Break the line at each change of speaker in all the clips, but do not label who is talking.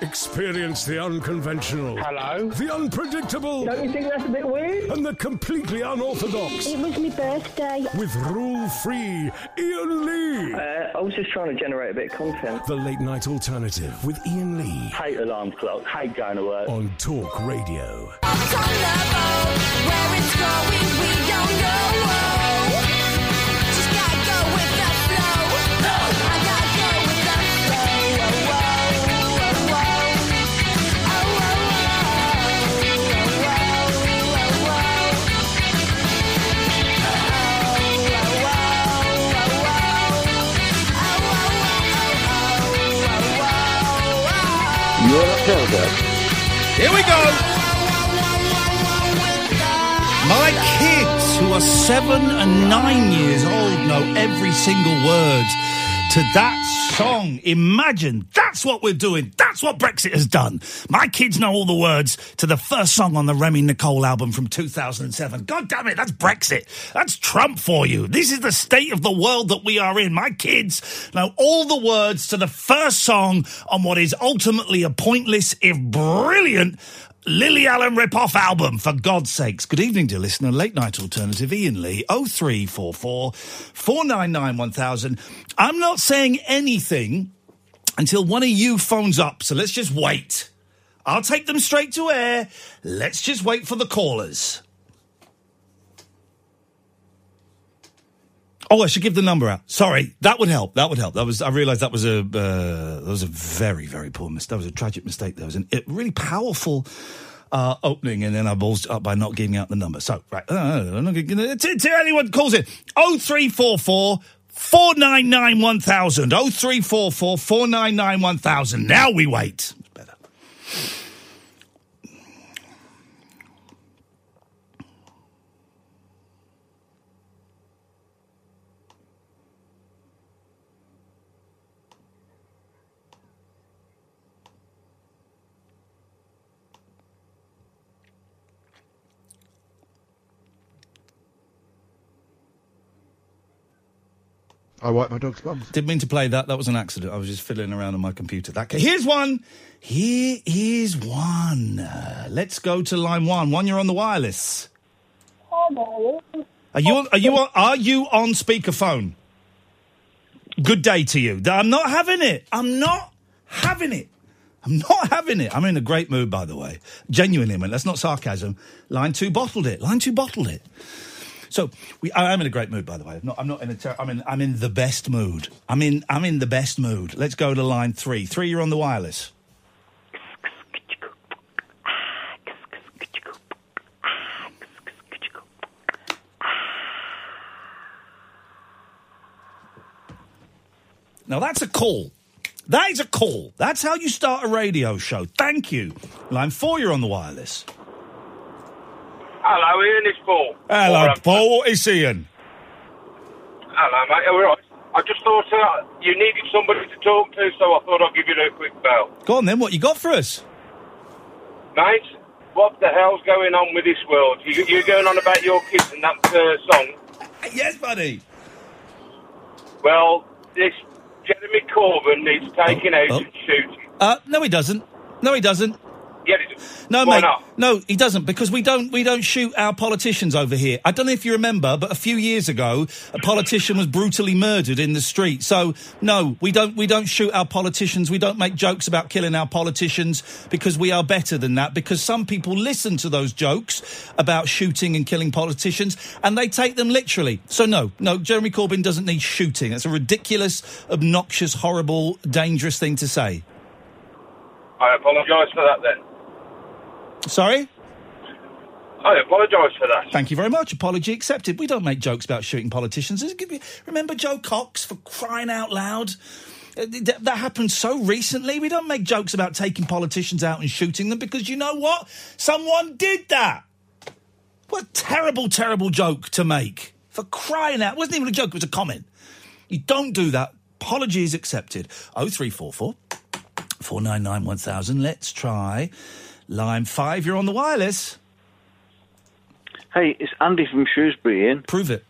Experience the unconventional.
Hello?
The unpredictable.
Don't you think that's a bit weird?
And the completely unorthodox.
It was my birthday.
With rule free Ian Lee.
Uh, I was just trying to generate a bit of content.
The late night alternative with Ian Lee
Hate alarm clocks, hate going to work.
on Talk Radio.
You're a builder.
Here we go. My kids, who are seven and nine years old, know every single word to that song. Imagine that's what we're doing. That's what Brexit has done. My kids know all the words to the first song on the Remy Nicole album from 2007. God damn it, that's Brexit. That's Trump for you. This is the state of the world that we are in. My kids know all the words to the first song on what is ultimately a pointless, if brilliant, Lily Allen ripoff album, for God's sakes. Good evening, dear listener. Late night alternative, Ian Lee, 0344 499 1000. I'm not saying anything until one of you phones up, so let's just wait. I'll take them straight to air. Let's just wait for the callers. Oh, I should give the number out. Sorry, that would help. That would help. That was. I realised that was a. Uh, that was a very, very poor mistake. That was a tragic mistake. That was an, a really powerful uh, opening, and then I ballsed it up by not giving out the number. So right, uh, I'm not gonna, to, to anyone calls in, oh three four four. 499 1000 0344 499 1000 now we wait better
I wipe my dog's bums.
Didn't mean to play that. That was an accident. I was just fiddling around on my computer. That ca- here's one. Here is one. Uh, let's go to line one. One, you're on the wireless. Are you? On, are you? On, are you on speakerphone? Good day to you. Th- I'm not having it. I'm not having it. I'm not having it. I'm in a great mood, by the way. Genuinely, man. That's not sarcasm. Line two bottled it. Line two bottled it. So we, I, I'm in a great mood, by the way. I'm not, I'm not in a. Ter- I'm in. I'm in the best mood. I'm in. I'm in the best mood. Let's go to line three. Three, you're on the wireless. Now that's a call. That is a call. That's how you start a radio show. Thank you. Line four, you're on the wireless.
Hello, Ian, it's Paul.
Hello,
All right.
Paul. What is Ian?
Hello, mate. All right.
I just thought uh, you needed somebody to talk to, so I thought I'd give you a quick bell.
Go on then, what you got for us?
Mate, what the hell's going on with this world? You, you're going on about your kids and that uh, song.
Yes, buddy.
Well, this Jeremy Corbyn needs taking
Oh,
out
oh.
and shooting.
Uh, no, he doesn't. No, he doesn't.
Yeah, it is.
No,
Why
mate.
not?
No, he doesn't because we don't we don't shoot our politicians over here. I don't know if you remember, but a few years ago, a politician was brutally murdered in the street. So no, we don't we don't shoot our politicians. We don't make jokes about killing our politicians because we are better than that. Because some people listen to those jokes about shooting and killing politicians and they take them literally. So no, no, Jeremy Corbyn doesn't need shooting. That's a ridiculous, obnoxious, horrible, dangerous thing to say.
I apologise for that then.
Sorry.
I apologise for that.
Thank you very much. Apology accepted. We don't make jokes about shooting politicians. It's- Remember Joe Cox for crying out loud? Uh, th- th- That happened so recently. We don't make jokes about taking politicians out and shooting them because you know what? Someone did that. What a terrible, terrible joke to make. For crying out. It wasn't even a joke, it was a comment. You don't do that. Apology is accepted. 0344 499 1000. Let's try line five. You're on the wireless.
Hey, it's Andy from Shrewsbury, Ian.
Prove it.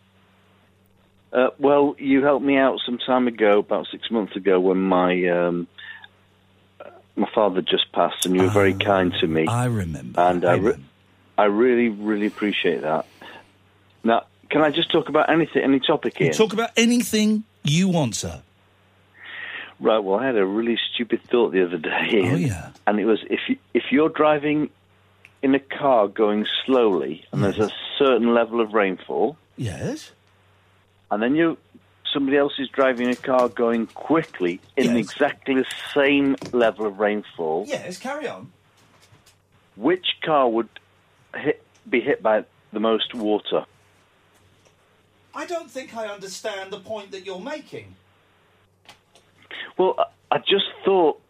Uh, well, you helped me out some time ago, about six months ago, when my um, my father just passed, and you were very kind to me.
Ah, I remember.
And I, re- I really, really appreciate that. Now, can I just talk about anything, any topic
You
Ian?
talk about anything you want, sir.
Right. Well, I had a really stupid thought the other day. Ian.
Oh, yeah.
And it was if you, if you're driving in a car going slowly, and there's a certain level of rainfall,
Yes.
and then you somebody else is driving a car going quickly in
Yes.
exactly the same level of rainfall,
Yes, carry on.
which car would hit, be hit by the most water?
I don't think I understand the point that you're making.
Well, I, I just thought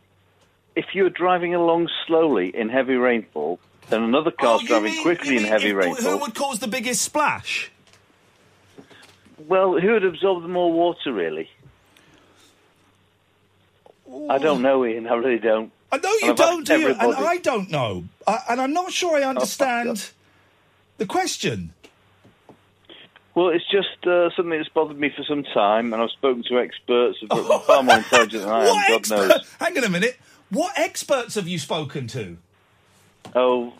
if you were driving along slowly in heavy rainfall, then another
Oh,
car's driving quickly in heavy rainfall.
Who would cause the biggest splash?
Well, who would absorb the more water, really? I don't know, Ian. I really don't.
I know
And
you
I've asked
don't, do you? And
everybody.
I don't know. I, and I'm not sure I understand the question.
Well, it's just uh, something that's bothered me for some time, and I've spoken to experts who are far more intelligent than I am,
Oh. what
God
expert?
knows.
Hang on a minute. What experts have you spoken to?
Oh,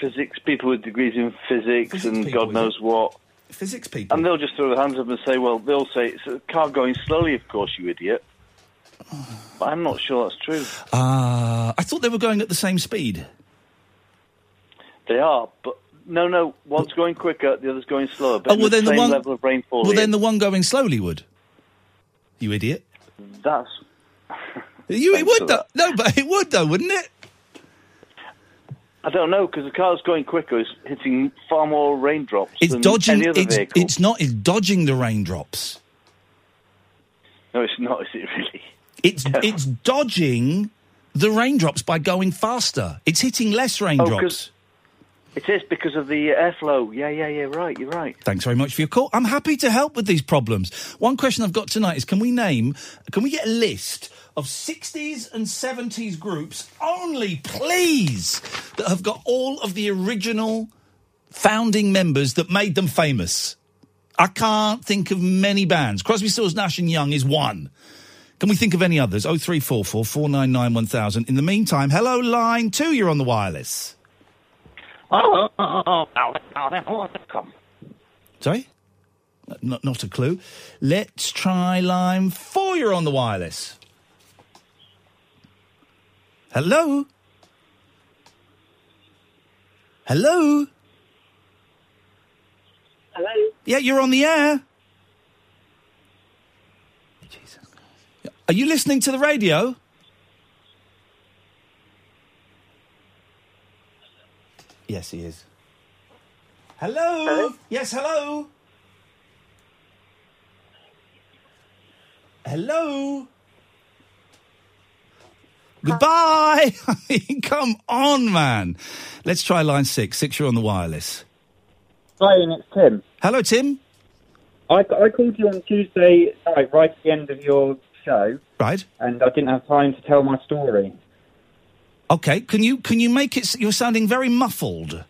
physics, people with degrees in physics,
Physics
and
people,
God knows what.
Physics people.
And they'll just throw their hands up and say, well, they'll say, it's a car going slowly, of course, you idiot. But I'm not sure that's true.
Ah, I thought they were going at the same speed.
They are, but no, no, one's going quicker, the other's going slower. But
oh, well,
in the
then
same
the one.
level of rainfall.
well,
Ian.
then the one going slowly would. You idiot.
That's
You, it
Thanks
would
for
though.
that.
No, but it would though, wouldn't it?
I don't know because the car's going quicker. It's hitting far more raindrops
It's
than
dodging.
any other
It's,
vehicle.
it's not. It's dodging the raindrops.
No, it's not. Is it really?
It's it's dodging the raindrops by going faster. It's hitting less raindrops.
'cause- It is because of the airflow. Yeah, yeah, yeah. Right, you're right.
Thanks very much for your call. I'm happy to help with these problems. One question I've got tonight is: Can we name? Can we get a list of 60s and 70s groups only, please, that have got all of the original founding members that made them famous? I can't think of many bands. Crosby, Stills, Nash and Young is one. Can we think of any others? 0344 499 1000. In the meantime, hello, line two, you're on the wireless. Sorry? Not, not a clue. Let's try line four, you're on the wireless. Hello? Hello?
Hello.
Yeah, you're on the air. Are you listening to the radio? Yes, he is. Hello? Yes, hello? Hello? Goodbye! Come on, man. Let's try line six. Six, you're on the wireless.
Hi, Ian, it's Tim.
Hello, Tim.
I, I called you on Tuesday night, right at the end of your show.
Right.
And I didn't have time to tell my story.
Okay, can you can you make it? s- You're sounding very muffled.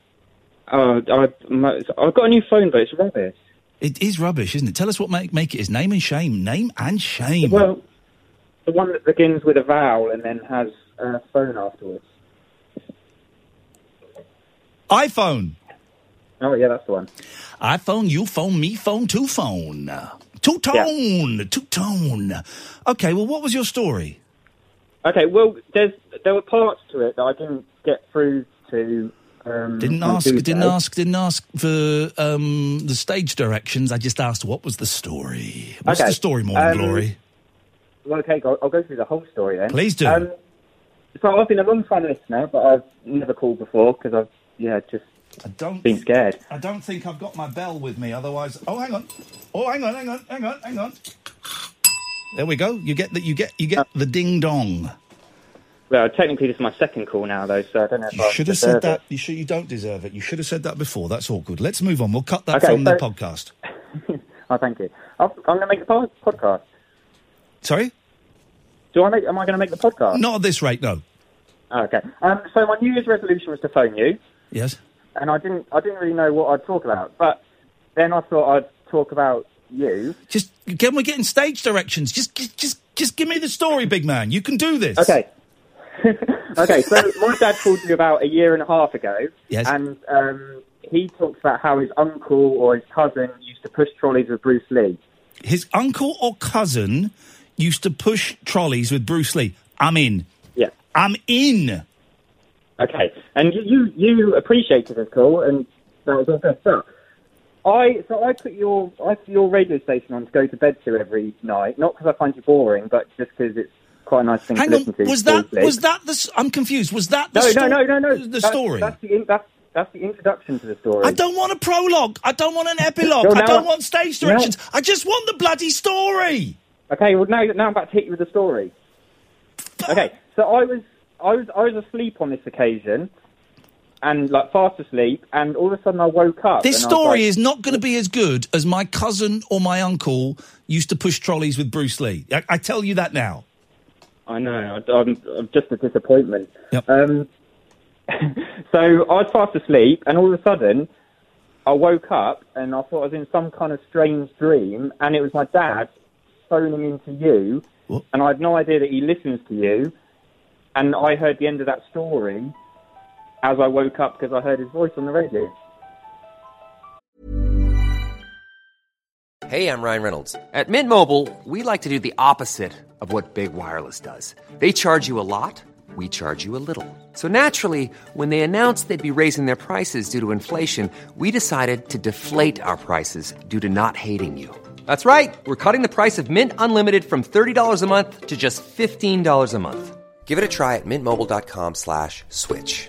Uh, I, my, I've got a new phone, but it's rubbish.
It is rubbish, isn't it? Tell us what make make it is. Name and shame. Name and shame.
Well, the one that begins with a vowel and then has a phone afterwards.
iPhone.
Oh yeah, that's the one.
iPhone, you phone, me phone, two phone, two tone, two tone. Okay, well, what was your story?
Okay, well, there's there were parts to it that I didn't get through to. Um,
Didn't
on
ask,
Tuesday.
didn't ask, didn't ask for um, the stage directions. I just asked what was the story. What's
Okay,
the story, Morning
um,
Glory?
Well, okay, go- I'll go through the whole story then.
Please do.
Um, so I've been a long-time listener, but I've never called before because I've yeah just
I don't
been scared.
I don't think I've got my bell with me. Otherwise, oh, hang on, oh, hang on, hang on, hang on, hang on. There we go. You get that. You get. You get the ding dong.
Well, technically this is my second call now though, so I don't know. if
You
I
should have
deserve
said
it.
that. You should. You don't deserve it. You should have said that before. That's awkward. Let's move on. We'll cut that
Okay,
from the
so-
podcast.
Oh, thank you. I've, I'm going to make a pod- podcast.
Sorry.
Do I make? Am I going to make the podcast?
Not at this rate, no.
Oh, okay. Um, so my New Year's resolution was to phone you,
Yes.
and I didn't. I didn't really know what I'd talk about, but then I thought I'd talk about you.
Just can we get in stage directions? Just, just, just, just give me the story, big man. You can do this.
Okay. okay, so my dad called me about a year and a half ago,
Yes.
and um, he talked about how his uncle or his cousin used to push trolleys with Bruce Lee.
His uncle or cousin used to push trolleys with Bruce Lee. I'm in.
Yeah.
I'm in.
Okay, and you you, you appreciated the call, and that was all good. So I so I put your I put your radio station on to go to bed to every night, not because I find you boring, but just because it's quite a nice thing
Hang
to
on.
listen to.
Was that?
seriously.
Was that the? s- I'm confused. Was that the?
no,
sto-
no, no, no, no.
The
That's-
story.
That's the, in, that's, that's the introduction to the story.
I don't want a prologue. I don't want an epilogue.
Well,
I
now-
don't want stage
No.
directions. I just want the bloody story.
Okay, well now now I'm about to hit you with a story. Okay, so I was I was I was asleep on this occasion, and like fast asleep, and all of a sudden I woke up.
This
and I was
story
like-
is not going to be as good as my cousin or my uncle used to push trolleys with Bruce Lee. I, I tell you that now.
I know. I- I'm, I'm just a disappointment. Um, so I was fast asleep, and all of a sudden, I woke up, and I thought I was in some kind of strange dream, and it was my dad phoning into you, and I had no idea that he listens to you, and I heard the end of that story as I woke up because I heard his voice on the radio.
Hey, I'm Ryan Reynolds. At Mint Mobile, we like to do the opposite of what Big Wireless does. They charge you a lot, we charge you a little. So naturally, when they announced they'd be raising their prices due to inflation, we decided to deflate our prices due to not hating you. That's right. We're cutting the price of Mint Unlimited from $30 a month to just $15 a month. Give it a try at mintmobile.com slash switch.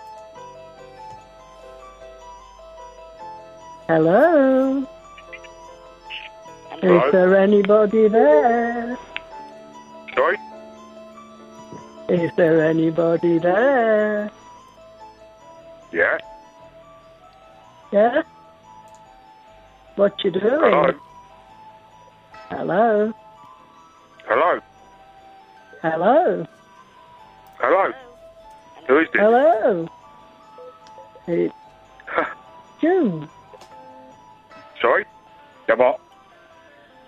Hello.
Hello?
Is there anybody there?
Sorry.
Is there anybody there?
Yeah.
Yeah? What you doing?
Hello.
Hello.
Hello.
Hello.
Hello. Who is this?
Hello. It's June.
Sorry? Am I,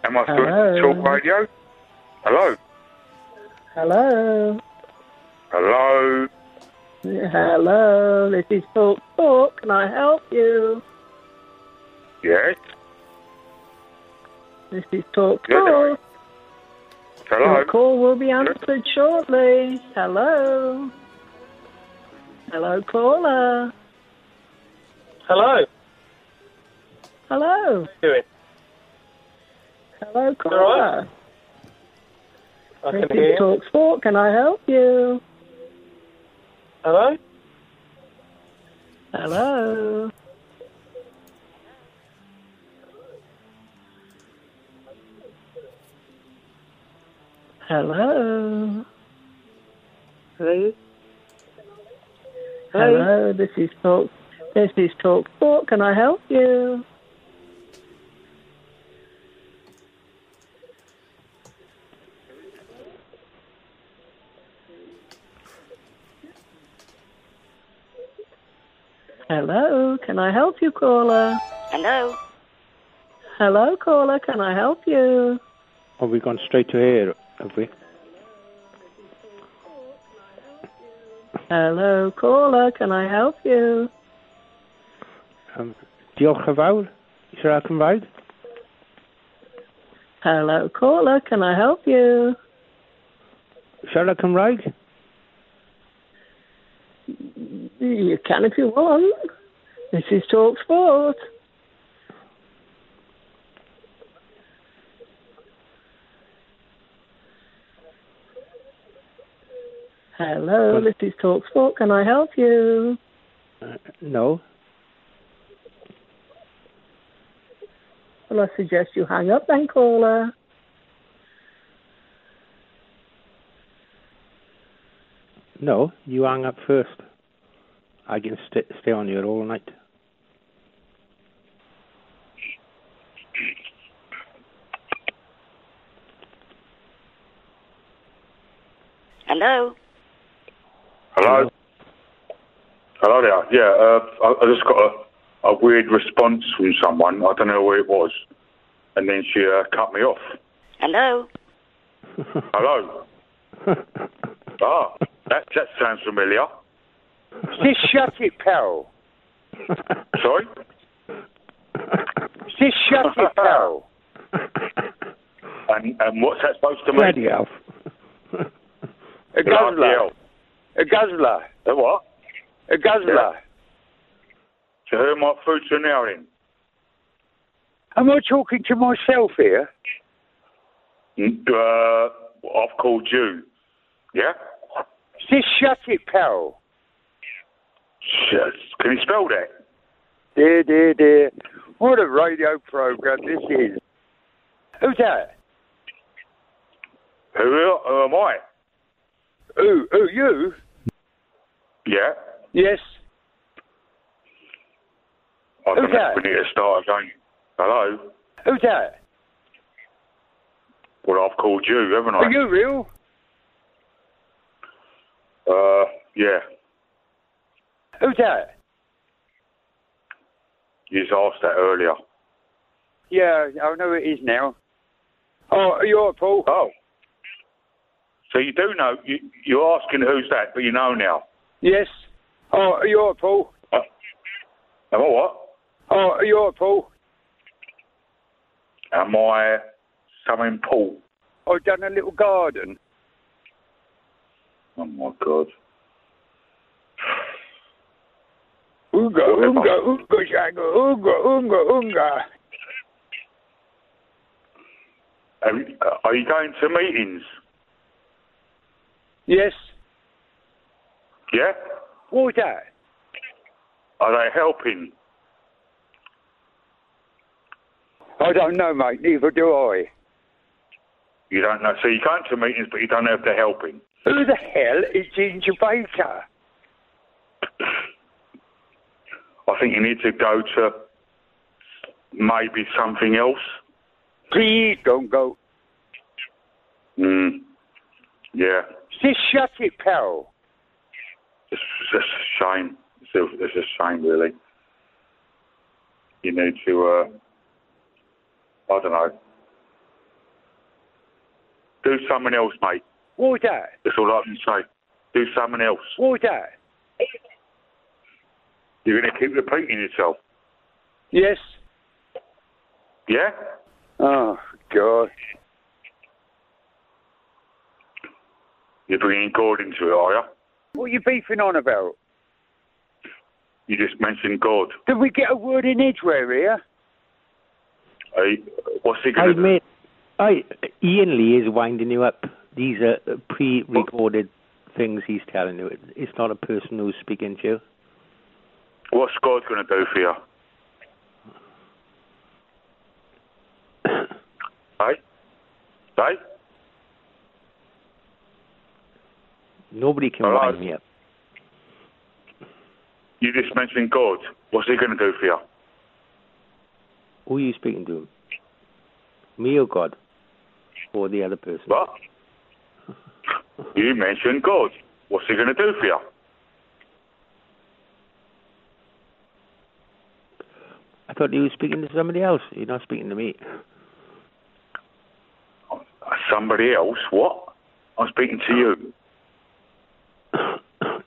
am I still
Hello?
talk radio? Hello?
Hello.
Hello?
Hello. This is Talk Talk. Can I help you?
Yes?
This is Talk
Yes.
Talk.
Hello?
Your call will be answered shortly. Hello. Hello, caller.
Hello.
Hello.
Doing.
Hello,
all right?
caller.
I
This
can hear you.
is Talk Talk. Can I help you?
Hello.
Hello. Hello.
Hello.
Hello. This is Talk. This is Talk Talk. Can I help you? Hello. Can I help you, caller?
Hello?
Hello, caller. Can I help you?
Have we gone straight to air? Have we?
Hello, caller. Can I help you?
Um, diolch yn fawr. Is er raad yn fawr?
Hello, caller. Can I help you?
Siarad er Cymraeg?
You can if you want. This is Talk Sport. Hello,
Well-
this is Talk Sport. Can I help you?
No.
Well, I suggest you hang up then, caller.
No. You hang up first. I can st- stay on here all night.
Hello? Hello? Hello there. Yeah, uh, I, I just got a, a weird response from someone. I don't know where it was. And then she uh, cut me off.
Hello.
Hello? ah, that, that sounds familiar.
Just shut it, pal.
Sorry?
Just shut it, pal.
And, and what's that supposed to mean?
Bloody hell.
A guzzler. A guzzler.
A what?
A guzzler.
So who am I through to now then?
Am I talking to myself here?
Mm, Uh, I've called you. Yeah?
Just shut it, pal.
Yes. Can you spell that?
Dear, dear, dear. What a radio program this is. Who's that?
Who, who am I?
Who? Who? You?
Yeah?
Yes.
I think
Who's that?
we need to start again. Hello?
Who's that?
Well, I've called you, haven't I?
Are you real?
Uh, yeah.
Who's that?
You just asked that earlier.
Yeah, I know it is now. Oh, you're Paul.
Oh. So you do know, you, you're asking who's that, but you know now.
Yes. Oh, you're Paul.
Uh, Am I what?
Oh, you're Paul.
Am I something Paul?
I've done a little garden.
Oh my god.
Ooga, ooga, ooga, shaka, ooga, ooga, ooga.
Are, you- uh, are you going to meetings?
Yes.
Yeah?
What was that?
Are they helping?
I don't know, mate. Neither do I.
You don't know. So you're going to meetings, but you don't know if they're helping.
Who the hell is Ginger Baker?
I think you need to go to maybe something else.
Please don't go.
Mm. Yeah.
Just shut it, pal.
Just just a shame. It's a, it's a shame, really. You need to, uh, I don't know, do something else, mate.
What was that?
That's all I can say. Do something else.
What was that?
You're going to keep repeating yourself.
Yes.
Yeah?
Oh, God.
You're bringing God into it, are you?
What are you beefing on about?
You just mentioned God.
Did we get a word in edgeware here?
Hey, what's he
I
going to do?
mate, I Ian Lee is winding you up. These are pre-recorded things he's telling you. It's not a person who's speaking to you.
What's God going to do for you? hey? Hey?
Nobody can
Hello?
wind me up.
You just mentioned God. What's he going to do for you?
Who are you speaking to? Me or God? Or the other person?
What? You mentioned God. What's he going to do for you?
I thought you were speaking to somebody else. You're not speaking to me.
Uh, Somebody else? What? I'm speaking to you.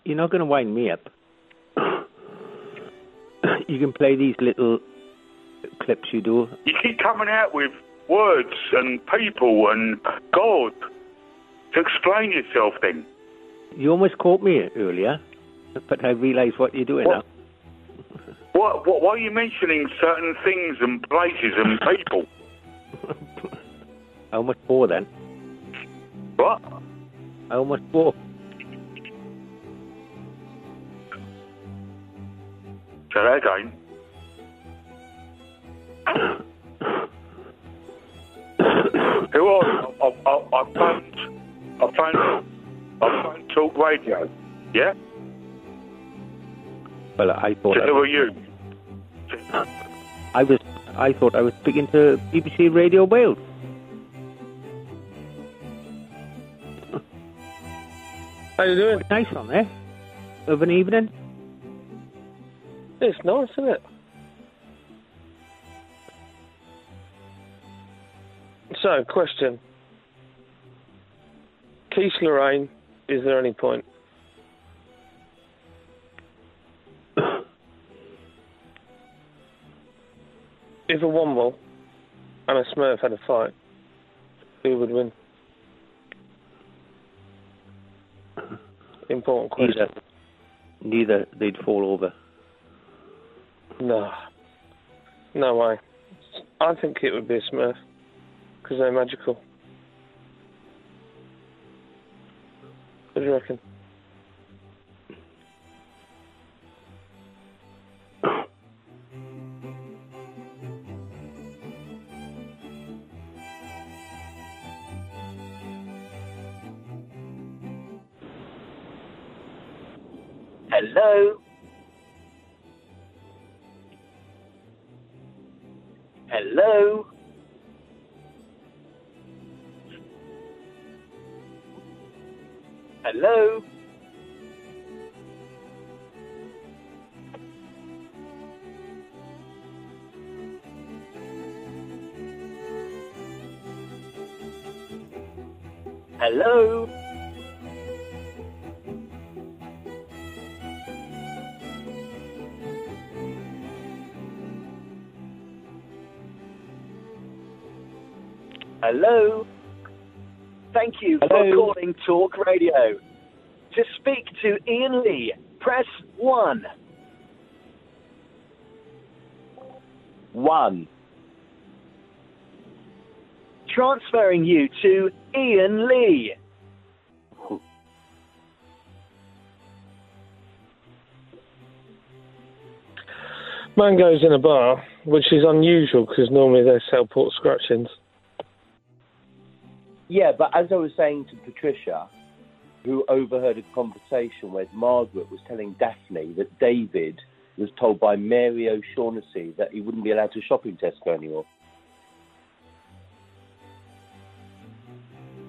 You're not going to wind me up. you can play these little clips you do.
You keep coming out with words and people and God to explain yourself then.
You almost caught me earlier, but I realise what you're doing now.
What, what, why are you mentioning certain things and places and people?
I almost bore then.
What?
I almost bore.
Say that again. Who are you? I, I, I, I phoned. I phoned. I phoned Talk Radio. Yeah?
Well, I thought
So
I,
who are you?
I was. I thought I was speaking to BBC Radio Wales.
How you doing?
Nice on there. Of an evening.
It's nice, isn't it? So, question. Keith Lorraine, is there any point? if a Womble and a Smurf had a fight, who would win? Important question.
Neither. Neither. They'd fall over.
No. No way. I think it would be a Smurf. Because they're magical. What do you reckon?
Hello. Hello. Hello. Hello. Hello. Thank you for calling Talk Radio. To speak to Ian Lee, press 1. One. Transferring you to Ian Lee.
Mangoes in a bar, which is unusual because normally they sell pork scratchings.
Yeah, but as I was saying to Patricia, who overheard a conversation where Margaret was telling Daphne that David was told by Mary O'Shaughnessy that he wouldn't be allowed to shop in Tesco anymore.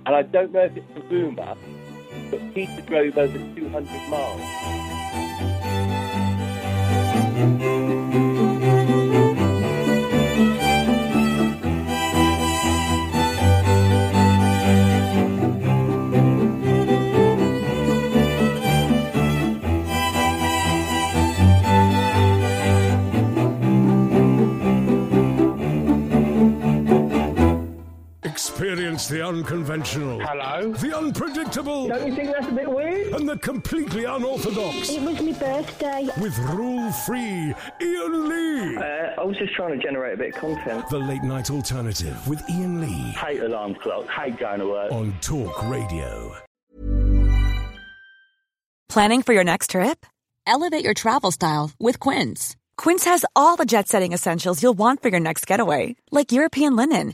And I don't know if it's a rumor, but Peter drove over 200 miles.
Experience the unconventional.
Hello?
The unpredictable.
Don't you think that's a bit weird?
And the completely unorthodox.
It was my birthday.
With rule free Ian Lee.
Uh, I was just trying to generate a bit of content.
The late night alternative with Ian Lee.
Hate alarm clocks. Hate going to work.
On Talk Radio.
Planning for your next trip? Elevate your travel style with Quince. Quince has all the jet setting essentials you'll want for your next getaway, like European linen,